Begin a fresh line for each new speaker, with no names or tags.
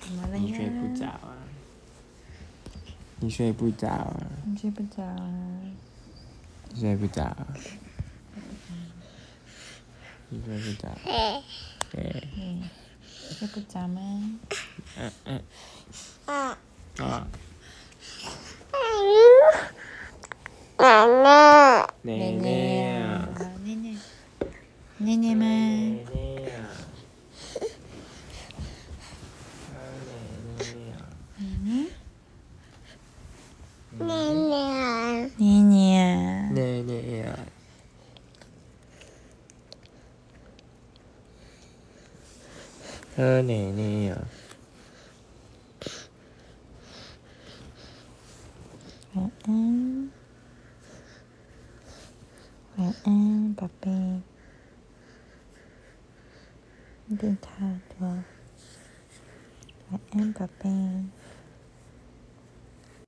怎么了
你
呀？
睡不着啊？你睡不着啊？
你睡不着啊？
你睡不着啊？你睡不着？对，
嗯，睡不着吗？
嗯嗯，啊，
奶奶，
奶奶啊，
好奶奶，奶奶吗？
奶奶啊，啊
奶奶，
奶奶啊，
奶奶啊，
奶奶啊，啊奶奶啊，
晚安，晚安，宝贝，你别太多，晚安，宝贝。